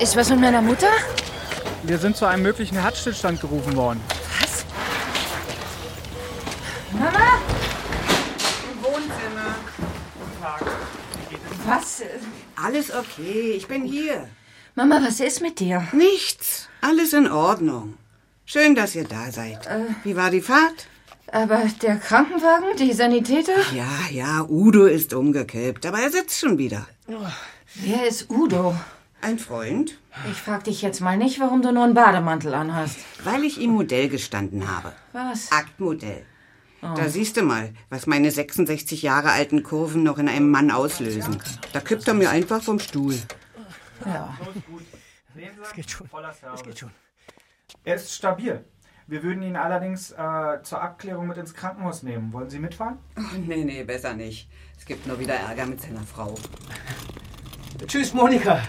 Ist was mit meiner Mutter? Wir sind zu einem möglichen Herzstillstand gerufen worden. Was? Mama? Im Wohnzimmer. Guten Tag. Was? Alles okay, ich bin hier. Mama, was ist mit dir? Nichts. Alles in Ordnung. Schön, dass ihr da seid. Wie war die Fahrt? Aber der Krankenwagen, die Sanitäter? Ja, ja, Udo ist umgekippt, aber er sitzt schon wieder. Wer ist Udo? Ein Freund? Ich frag dich jetzt mal nicht, warum du nur einen Bademantel anhast. Weil ich ihm Modell gestanden habe. Was? Aktmodell. Da siehst du mal, was meine 66 Jahre alten Kurven noch in einem Mann auslösen. Da kippt er mir einfach vom Stuhl. Ja. Es geht schon. Es geht schon. Er ist stabil. Wir würden ihn allerdings äh, zur Abklärung mit ins Krankenhaus nehmen. Wollen Sie mitfahren? Oh, nee, nee, besser nicht. Es gibt nur wieder Ärger mit seiner Frau. Tschüss, Monika.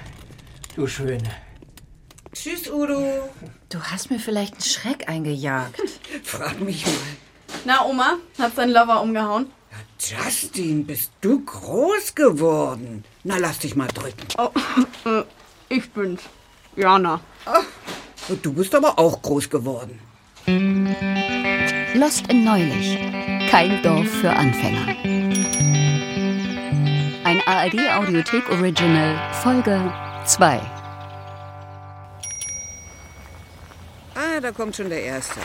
Du Schöne. Tschüss, Udo. Du hast mir vielleicht einen Schreck eingejagt. Frag mich mal. Na, Oma, hat dein Lover umgehauen? Justin, bist du groß geworden? Na, lass dich mal drücken. Oh, äh, ich bin's. Jana. Und du bist aber auch groß geworden. Lost in Neulich. Kein Dorf für Anfänger. Ein ARD Audiothek Original Folge 2. Ah, da kommt schon der Erste.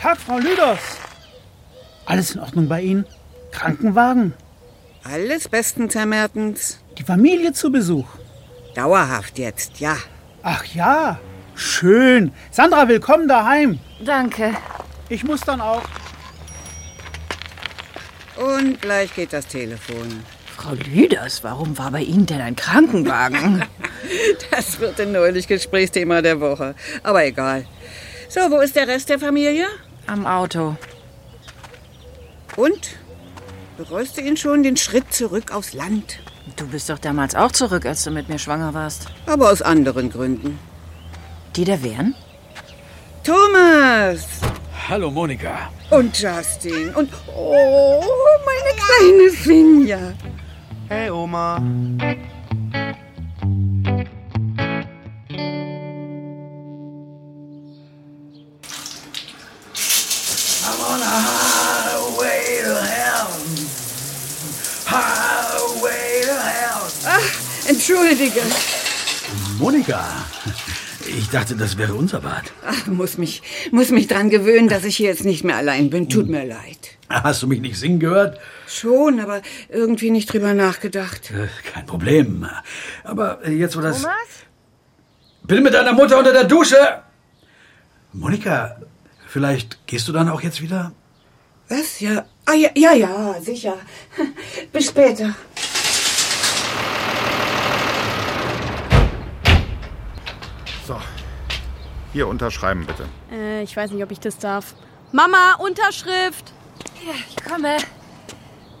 Tag, Frau Lüders. Alles in Ordnung bei Ihnen? Krankenwagen? Alles bestens, Herr Mertens. Die Familie zu Besuch? Dauerhaft jetzt, ja. Ach ja, schön. Sandra, willkommen daheim. Danke. Ich muss dann auch. Und gleich geht das Telefon. Frau Lüders, warum war bei Ihnen denn ein Krankenwagen? Das wird ein neulich Gesprächsthema der Woche. Aber egal. So, wo ist der Rest der Familie? Am Auto. Und? Bereust du ihn schon den Schritt zurück aufs Land? Du bist doch damals auch zurück, als du mit mir schwanger warst. Aber aus anderen Gründen. Die da wären? Thomas! Hallo Monika. Und Justin. Und oh, meine kleine Finja. Hey, Oma. Entschuldige. Monika. Ich dachte, das wäre unser Bad. Ach, muss mich, muss mich dran gewöhnen, dass ich hier jetzt nicht mehr allein bin. Tut mir leid. Hast du mich nicht singen gehört? Schon, aber irgendwie nicht drüber nachgedacht. Äh, Kein Problem. Aber äh, jetzt, wo das... Bin mit deiner Mutter unter der Dusche. Monika, vielleicht gehst du dann auch jetzt wieder? Was? Ja. Ah, ja, ja, ja, sicher. Bis später. So. Hier unterschreiben bitte. Äh, ich weiß nicht, ob ich das darf. Mama, Unterschrift! Ja, ich komme.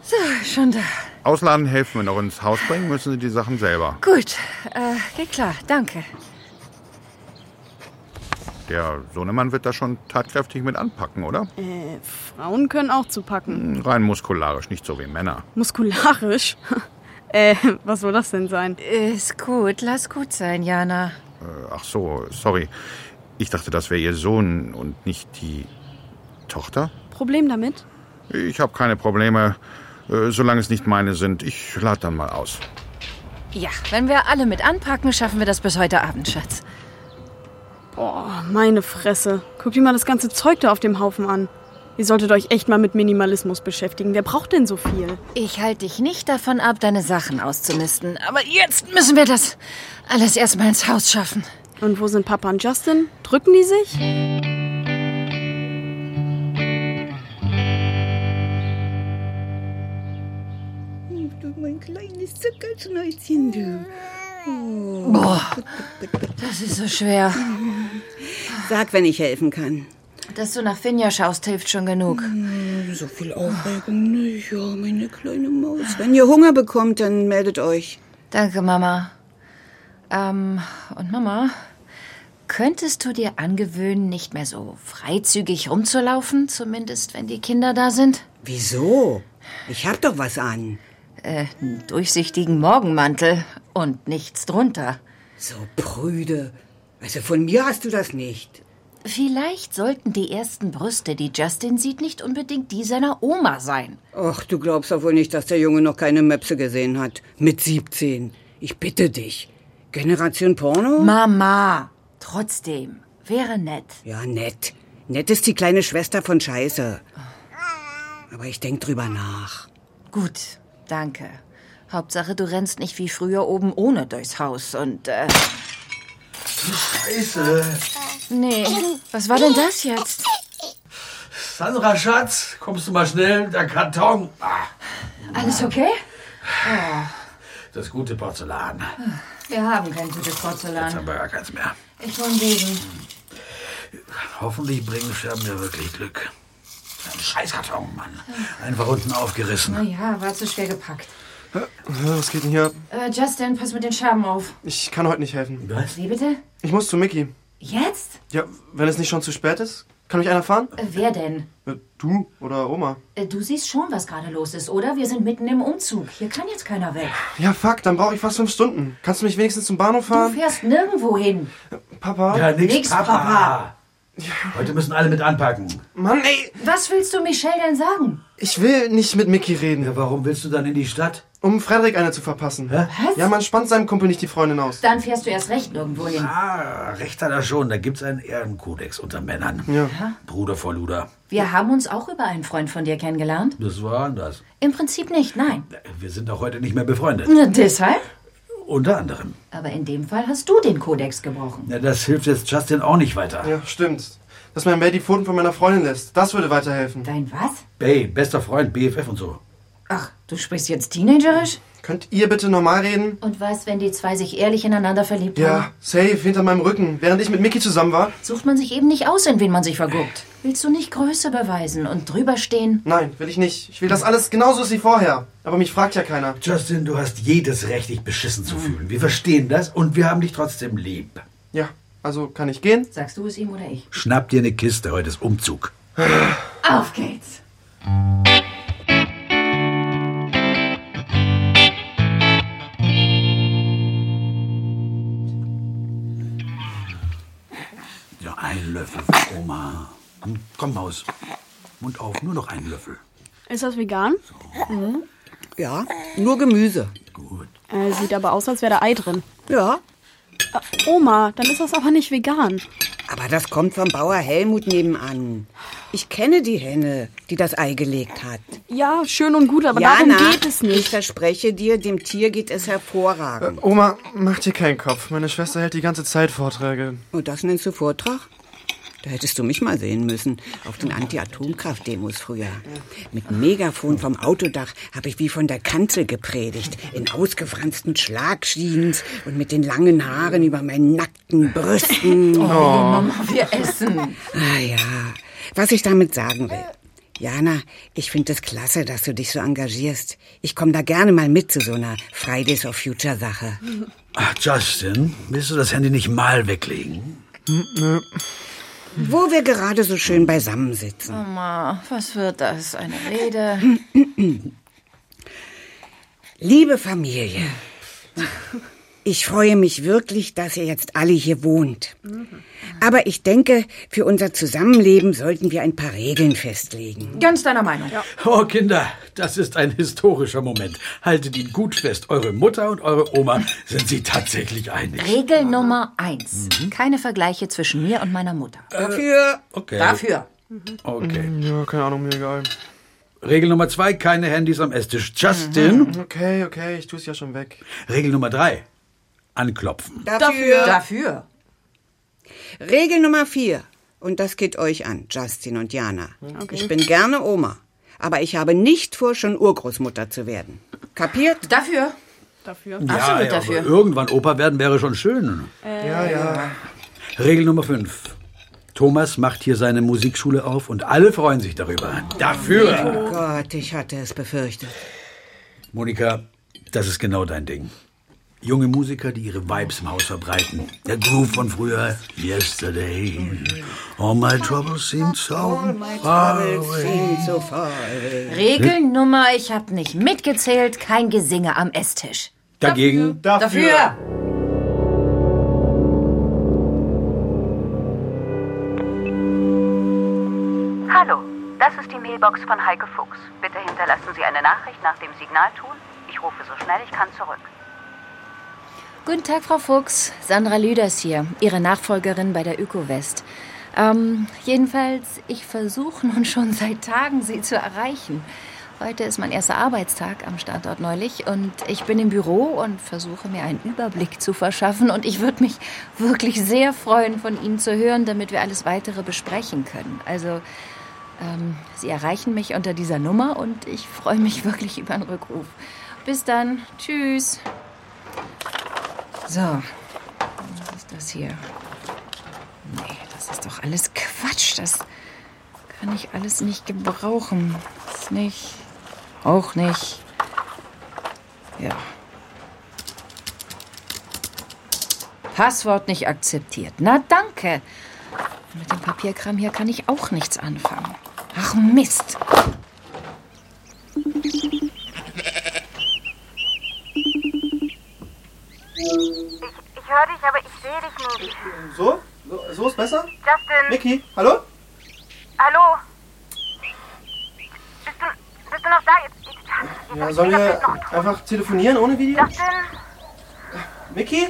So, schon da. Ausladen helfen wir noch ins Haus bringen, müssen Sie die Sachen selber. Gut, äh, geht klar, danke. Der Sohnemann wird da schon tatkräftig mit anpacken, oder? Äh, Frauen können auch zupacken. Rein muskularisch, nicht so wie Männer. Muskularisch? äh, was soll das denn sein? Ist gut, lass gut sein, Jana. Äh, Ach so, sorry. Ich dachte, das wäre Ihr Sohn und nicht die Tochter? Problem damit? Ich habe keine Probleme, äh, solange es nicht meine sind. Ich lade dann mal aus. Ja, wenn wir alle mit anpacken, schaffen wir das bis heute Abend, Schatz. Boah, Oh, meine Fresse. Guck dir mal das ganze Zeug da auf dem Haufen an. Ihr solltet euch echt mal mit Minimalismus beschäftigen. Wer braucht denn so viel? Ich halte dich nicht davon ab, deine Sachen auszumisten. Aber jetzt müssen wir das alles erstmal ins Haus schaffen. Und wo sind Papa und Justin? Drücken die sich? Du mein kleines Zuckerschnäuzchen, du. Das ist so schwer. Sag, wenn ich helfen kann. Dass du nach Finja schaust, hilft schon genug. So viel Aufregung nicht, ja, meine kleine Maus. Wenn ihr Hunger bekommt, dann meldet euch. Danke, Mama. Ähm, und Mama, könntest du dir angewöhnen, nicht mehr so freizügig rumzulaufen, zumindest wenn die Kinder da sind? Wieso? Ich hab doch was an. Einen durchsichtigen Morgenmantel und nichts drunter. So prüde. Also von mir hast du das nicht. Vielleicht sollten die ersten Brüste, die Justin sieht, nicht unbedingt die seiner Oma sein. Ach, du glaubst doch wohl nicht, dass der Junge noch keine Möpse gesehen hat. Mit 17. Ich bitte dich. Generation Porno? Mama, trotzdem, wäre nett. Ja, nett. Nett ist die kleine Schwester von Scheiße. Aber ich denk drüber nach. Gut, danke. Hauptsache, du rennst nicht wie früher oben ohne durchs Haus und. Äh, Scheiße. nee, was war denn das jetzt? Sandra, Schatz, kommst du mal schnell? Der Karton. Ah, Alles okay? das gute Porzellan. Wir haben kein gutes Jetzt Porzellan. haben wir gar keins mehr. Ich hol wegen. Hoffentlich bringen Scherben mir wirklich Glück. Ein Scheißkarton, Mann. Einfach unten aufgerissen. Ja, war zu schwer gepackt. Äh, Was geht denn hier? Äh, Justin, pass mit den Scherben auf. Ich kann heute nicht helfen. Was? Wie bitte? Ich muss zu Mickey. Jetzt? Ja, wenn es nicht schon zu spät ist, kann mich einer fahren? Äh, wer denn? Äh, Du oder Oma? Äh, du siehst schon, was gerade los ist, oder? Wir sind mitten im Umzug. Hier kann jetzt keiner weg. Ja, fuck, dann brauche ich fast fünf Stunden. Kannst du mich wenigstens zum Bahnhof Du fahren? fährst nirgendwo hin. Papa? Ja, nix, Nix, Papa. Papa. Heute müssen alle mit anpacken. Mann, ey! Was willst du Michelle denn sagen? Ich will nicht mit Mickey reden, Ja, warum willst du dann in die Stadt? um Frederik eine zu verpassen. Was? Ja, man spannt seinem Kumpel nicht die Freundin aus. Dann fährst du erst recht nirgendwo hin. Ah, recht hat er schon. Da gibt's einen Ehrenkodex unter Männern. Ja. Bruder vor Luder. Wir haben uns auch über einen Freund von dir kennengelernt. Das war anders. Im Prinzip nicht, nein. Wir sind auch heute nicht mehr befreundet. Na, deshalb? Unter anderem. Aber in dem Fall hast du den Kodex gebrochen. Ja, das hilft jetzt Justin auch nicht weiter. Ja, stimmt. Dass mein Bär die Pfoten von meiner Freundin lässt, das würde weiterhelfen. Dein was? Bay, bester Freund, BFF und so. Ach, du sprichst jetzt teenagerisch? Könnt ihr bitte normal reden? Und weißt, wenn die zwei sich ehrlich ineinander verliebt Ja, haben, safe, hinter meinem Rücken, während ich mit Mickey zusammen war. sucht man sich eben nicht aus, in wen man sich verguckt. Willst du nicht Größe beweisen und drüberstehen? Nein, will ich nicht. Ich will, dass alles genauso ist wie vorher. Aber mich fragt ja keiner. Justin, du hast jedes Recht, dich beschissen zu fühlen. Wir verstehen das und wir haben dich trotzdem lieb. Ja, also kann ich gehen? Sagst du es ihm oder ich? Schnapp dir eine Kiste, heute ist Umzug. Auf geht's! Ja, ein Löffel für Oma. Hm, Komm, Maus. Mund auf, nur noch einen Löffel. Ist das vegan? Ja, nur Gemüse. Gut. Äh, sieht aber aus, als wäre da Ei drin. Ja, Oma, dann ist das aber nicht vegan. aber das kommt vom Bauer Helmut nebenan. Ich kenne die Henne, die das Ei gelegt hat. Ja, schön und gut, aber darum Jana, geht es Ich nicht. verspreche dir, dem Tier geht es hervorragend. Oma, mach dir keinen Kopf. Meine Schwester hält die ganze Zeit Vorträge. Und das nennst du Vortrag? Da hättest du mich mal sehen müssen, auf den Anti-Atomkraft-Demos früher. Mit Megafon vom Autodach habe ich wie von der Kanzel gepredigt, in ausgefransten Schlagjeans und mit den langen Haaren über meinen nackten Brüsten. Oh. Wir essen! Ah ja, was ich damit sagen will. Jana, ich finde es klasse, dass du dich so engagierst. Ich komme da gerne mal mit zu so einer Fridays of Future Sache. Ach, Justin, willst du das Handy nicht mal weglegen? Wo wir gerade so schön beisammen sitzen. Mama, was wird das? Eine Rede? Liebe Familie, ich freue mich wirklich, dass ihr jetzt alle hier wohnt. Aber ich denke, für unser Zusammenleben sollten wir ein paar Regeln festlegen. Ganz deiner Meinung. Oh, Kinder, das ist ein historischer Moment. Haltet ihn gut fest. Eure Mutter und eure Oma sind sie tatsächlich einig. Regel Nummer eins. Keine Vergleiche zwischen mir und meiner Mutter. Dafür, Äh, Okay. dafür. Okay. Ja, keine Ahnung, mir egal. Regel Nummer zwei, keine Handys am Esstisch. Justin. Okay, okay, ich tu's ja schon weg. Regel Nummer drei, anklopfen. Dafür. Dafür. Regel Nummer vier. Und das geht euch an, Justin und Jana. Ich bin gerne Oma, aber ich habe nicht vor, schon Urgroßmutter zu werden. Kapiert? Dafür. Dafür. Absolut aber dafür. Irgendwann Opa werden wäre schon schön. ne? Äh, Ja, ja. Regel Nummer fünf. Thomas macht hier seine Musikschule auf und alle freuen sich darüber. Dafür! Oh Gott, ich hatte es befürchtet. Monika, das ist genau dein Ding. Junge Musiker, die ihre Vibes im Haus verbreiten. Der Groove von früher. Yesterday. All my troubles seem so far away. So voll. Regel Nummer, ich hab nicht mitgezählt, kein Gesinge am Esstisch. Dagegen Dafür. Mailbox von Heike Fuchs. Bitte hinterlassen Sie eine Nachricht nach dem Signalton. Ich rufe so schnell ich kann zurück. Guten Tag, Frau Fuchs. Sandra Lüders hier, Ihre Nachfolgerin bei der ÖkoWest. Ähm, jedenfalls, ich versuche nun schon seit Tagen, Sie zu erreichen. Heute ist mein erster Arbeitstag am Standort neulich und ich bin im Büro und versuche mir einen Überblick zu verschaffen und ich würde mich wirklich sehr freuen, von Ihnen zu hören, damit wir alles weitere besprechen können. Also, ähm, Sie erreichen mich unter dieser Nummer und ich freue mich wirklich über einen Rückruf. Bis dann. Tschüss. So, was ist das hier? Nee, das ist doch alles Quatsch. Das kann ich alles nicht gebrauchen. Das nicht. Auch nicht. Ja. Passwort nicht akzeptiert. Na danke. Mit dem Papierkram hier kann ich auch nichts anfangen. Ach Mist. Ich höre dich, aber ich sehe dich nicht. So? So, so ist besser? Justin, Niki, hallo? hallo? Bist du, bist du noch da? Jetzt, jetzt, jetzt Ja, sollen wir einfach telefonieren ohne Video? Justin, Niki?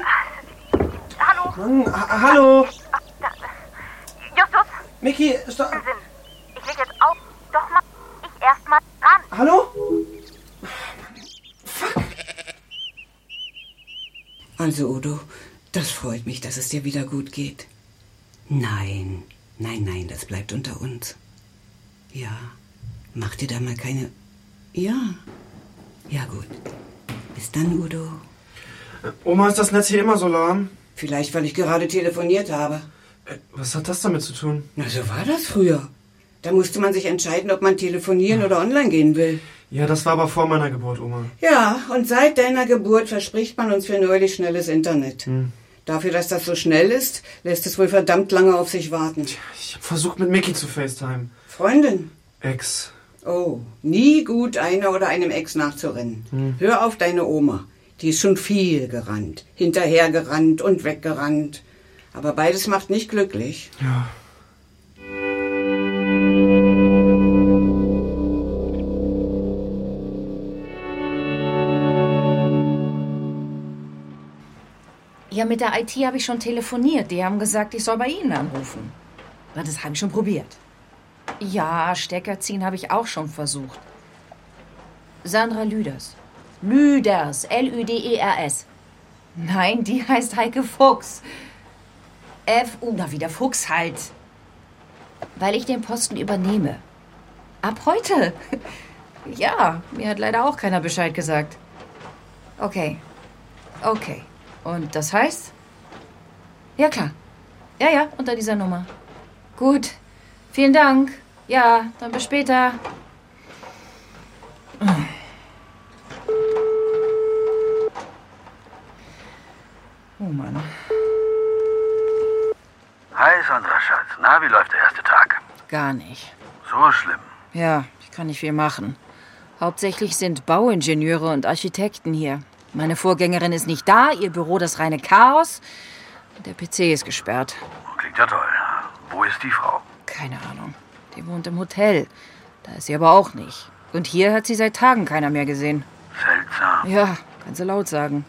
hallo? Mann, ha hallo? Justus, Niki, stopp. ich leg jetzt auf. Doch mal, ich erst mal ran. Hallo? Also, Udo, das freut mich, dass es dir wieder gut geht. Nein, nein, nein, das bleibt unter uns. Ja, mach dir da mal keine. Ja, ja, gut. Bis dann, Udo. Oma, ist das Netz hier immer so lahm? Äh, Vielleicht, weil ich gerade telefoniert habe. Was hat das damit zu tun? Na, so war das früher. Da musste man sich entscheiden, ob man telefonieren oder online gehen will. Ja, das war aber vor meiner Geburt, Oma. Ja, und seit deiner Geburt verspricht man uns für neulich schnelles Internet. Dafür, dass das so schnell ist, lässt es wohl verdammt lange auf sich warten. Ich hab versucht, mit Mickey zu FaceTime. Freundin, Ex. oh, nie gut einer oder einem Ex nachzurennen. Hör auf deine Oma. Die ist schon viel gerannt, hinterhergerannt und weggerannt. Aber beides macht nicht glücklich. Ja. Ja, mit der IT habe ich schon telefoniert. Die haben gesagt, ich soll bei Ihnen anrufen. Na, das habe ich schon probiert. Ja, Stecker ziehen habe ich auch schon versucht. Sandra Lüders. Lüders, L-Ü-D-E-R-S. E Nein, die heißt Heike Fuchs. F-U, na wieder Fuchs halt. Weil ich den Posten übernehme. Ab heute. Ja, mir hat leider auch keiner Bescheid gesagt. Okay. Okay. Und das heißt? Ja, klar. Ja, ja, unter dieser Nummer. Gut. Vielen Dank. Ja, dann bis später. Oh Mann. Hi Sandra Schatz, na, wie läuft der erste Tag? Gar nicht. So schlimm. Ja, ich kann nicht viel machen. Hauptsächlich sind Bauingenieure und Architekten hier. Meine Vorgängerin ist nicht da, ihr Büro das reine Chaos. Und der PC ist gesperrt. Klingt ja toll. Wo ist die Frau? Keine Ahnung. Die wohnt im Hotel. Da ist sie aber auch nicht. Und hier hat sie seit Tagen keiner mehr gesehen. Seltsam. Ja, kann sie laut sagen.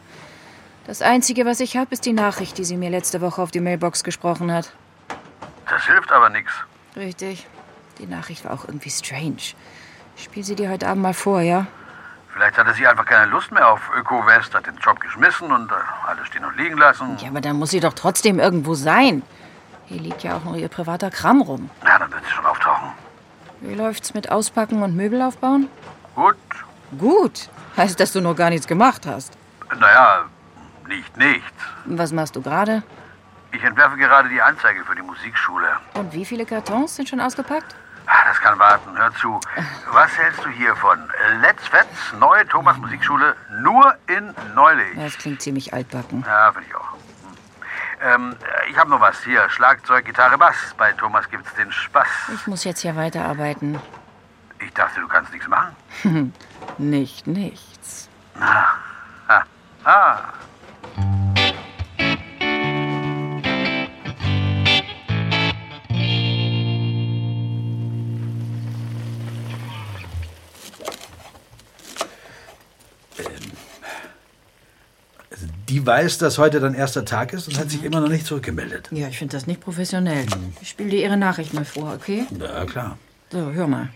Das Einzige, was ich habe, ist die Nachricht, die sie mir letzte Woche auf die Mailbox gesprochen hat. Das hilft aber nichts. Richtig. Die Nachricht war auch irgendwie strange. Ich Spiel sie dir heute Abend mal vor, ja? Vielleicht hatte sie einfach keine Lust mehr auf Öko-West, hat den Job geschmissen und äh, alles stehen und liegen lassen. Ja, aber dann muss sie doch trotzdem irgendwo sein. Hier liegt ja auch noch ihr privater Kram rum. Na, dann wird sie schon auftauchen. Wie läuft's mit Auspacken und Möbel aufbauen? Gut. Gut. Heißt, dass du noch gar nichts gemacht hast. Naja, nicht nichts. Was machst du gerade? Ich entwerfe gerade die Anzeige für die Musikschule. Und wie viele Kartons sind schon ausgepackt? Ah, Das kann warten, hör zu. Was hältst du hiervon? Let's Fets, neue Thomas Musikschule, nur in Neulich. Ja, Das klingt ziemlich altbacken. Ja, finde ich auch. Hm. Ähm, äh, ich habe noch was hier. Schlagzeug, Gitarre, Bass. Bei Thomas gibt's den Spaß. Ich muss jetzt hier weiterarbeiten. Ich dachte, du kannst nichts machen. Nicht nichts. Na, ha, ha. Die weiß, dass heute dein erster Tag ist und hat sich immer noch nicht zurückgemeldet. Ja, ich finde das nicht professionell. Ich spiele dir Ihre Nachricht mal vor, okay? Na klar. So, hör mal.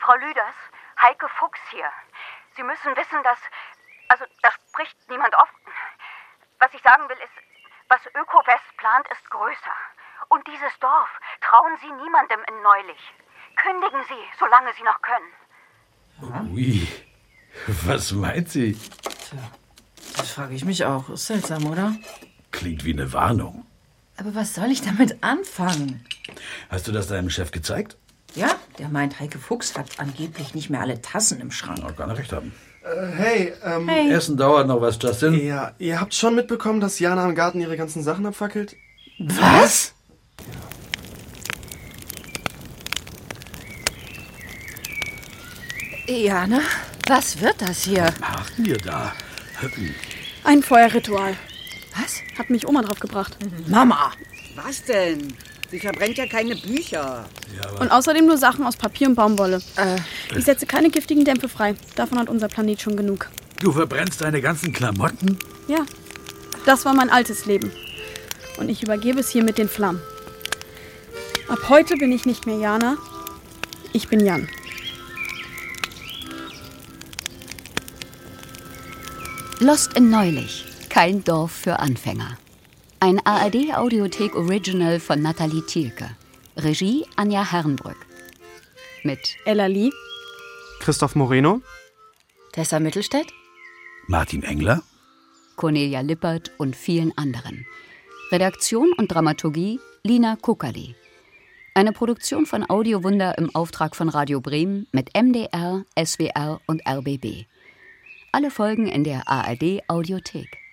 Frau Lüders, Heike Fuchs hier. Sie müssen wissen, dass. Also, da spricht niemand offen. Was ich sagen will, ist, was Öko-West plant, ist größer. Und dieses Dorf trauen Sie niemandem in Neulich. Kündigen Sie, solange Sie noch können. Ui, was meint sie? Das frage ich mich auch. Ist seltsam, oder? Klingt wie eine Warnung. Aber was soll ich damit anfangen? Hast du das deinem Chef gezeigt? Ja, der meint, Heike Fuchs hat angeblich nicht mehr alle Tassen im Schrank. Ja, kann er recht haben. Äh, hey, ähm. Hey. Essen dauert noch was, Justin. Ja, ihr habt schon mitbekommen, dass Jana im Garten ihre ganzen Sachen abfackelt? Was? Jana, was wird das hier? Achten wir da. Höppen. Ein Feuerritual. Was? Hat mich Oma drauf gebracht. Mama! Was denn? Sie verbrennt ja keine Bücher. Ja, aber Und außerdem nur Sachen aus Papier und Baumwolle. Äh. Ich setze keine giftigen Dämpfe frei. Davon hat unser Planet schon genug. du verbrennst deine ganzen Klamotten? Ja, das war mein altes Leben. Und ich übergebe es hier mit den Flammen. Ab heute bin ich nicht mehr Jana. Ich bin Jan. Lost in Neulich. Kein Dorf für Anfänger. Ein ARD-Audiothek Original von Nathalie Thielke. Regie Anja Herrenbrück. Mit Ella Lee. Christoph Moreno? Tessa Mittelstädt? Martin Engler? Cornelia Lippert und vielen anderen. Redaktion und Dramaturgie Lina Kuckerli. Eine Produktion von Audiowunder im Auftrag von Radio Bremen mit MDR, SWR und RBB. Alle Folgen in der ARD Audiothek.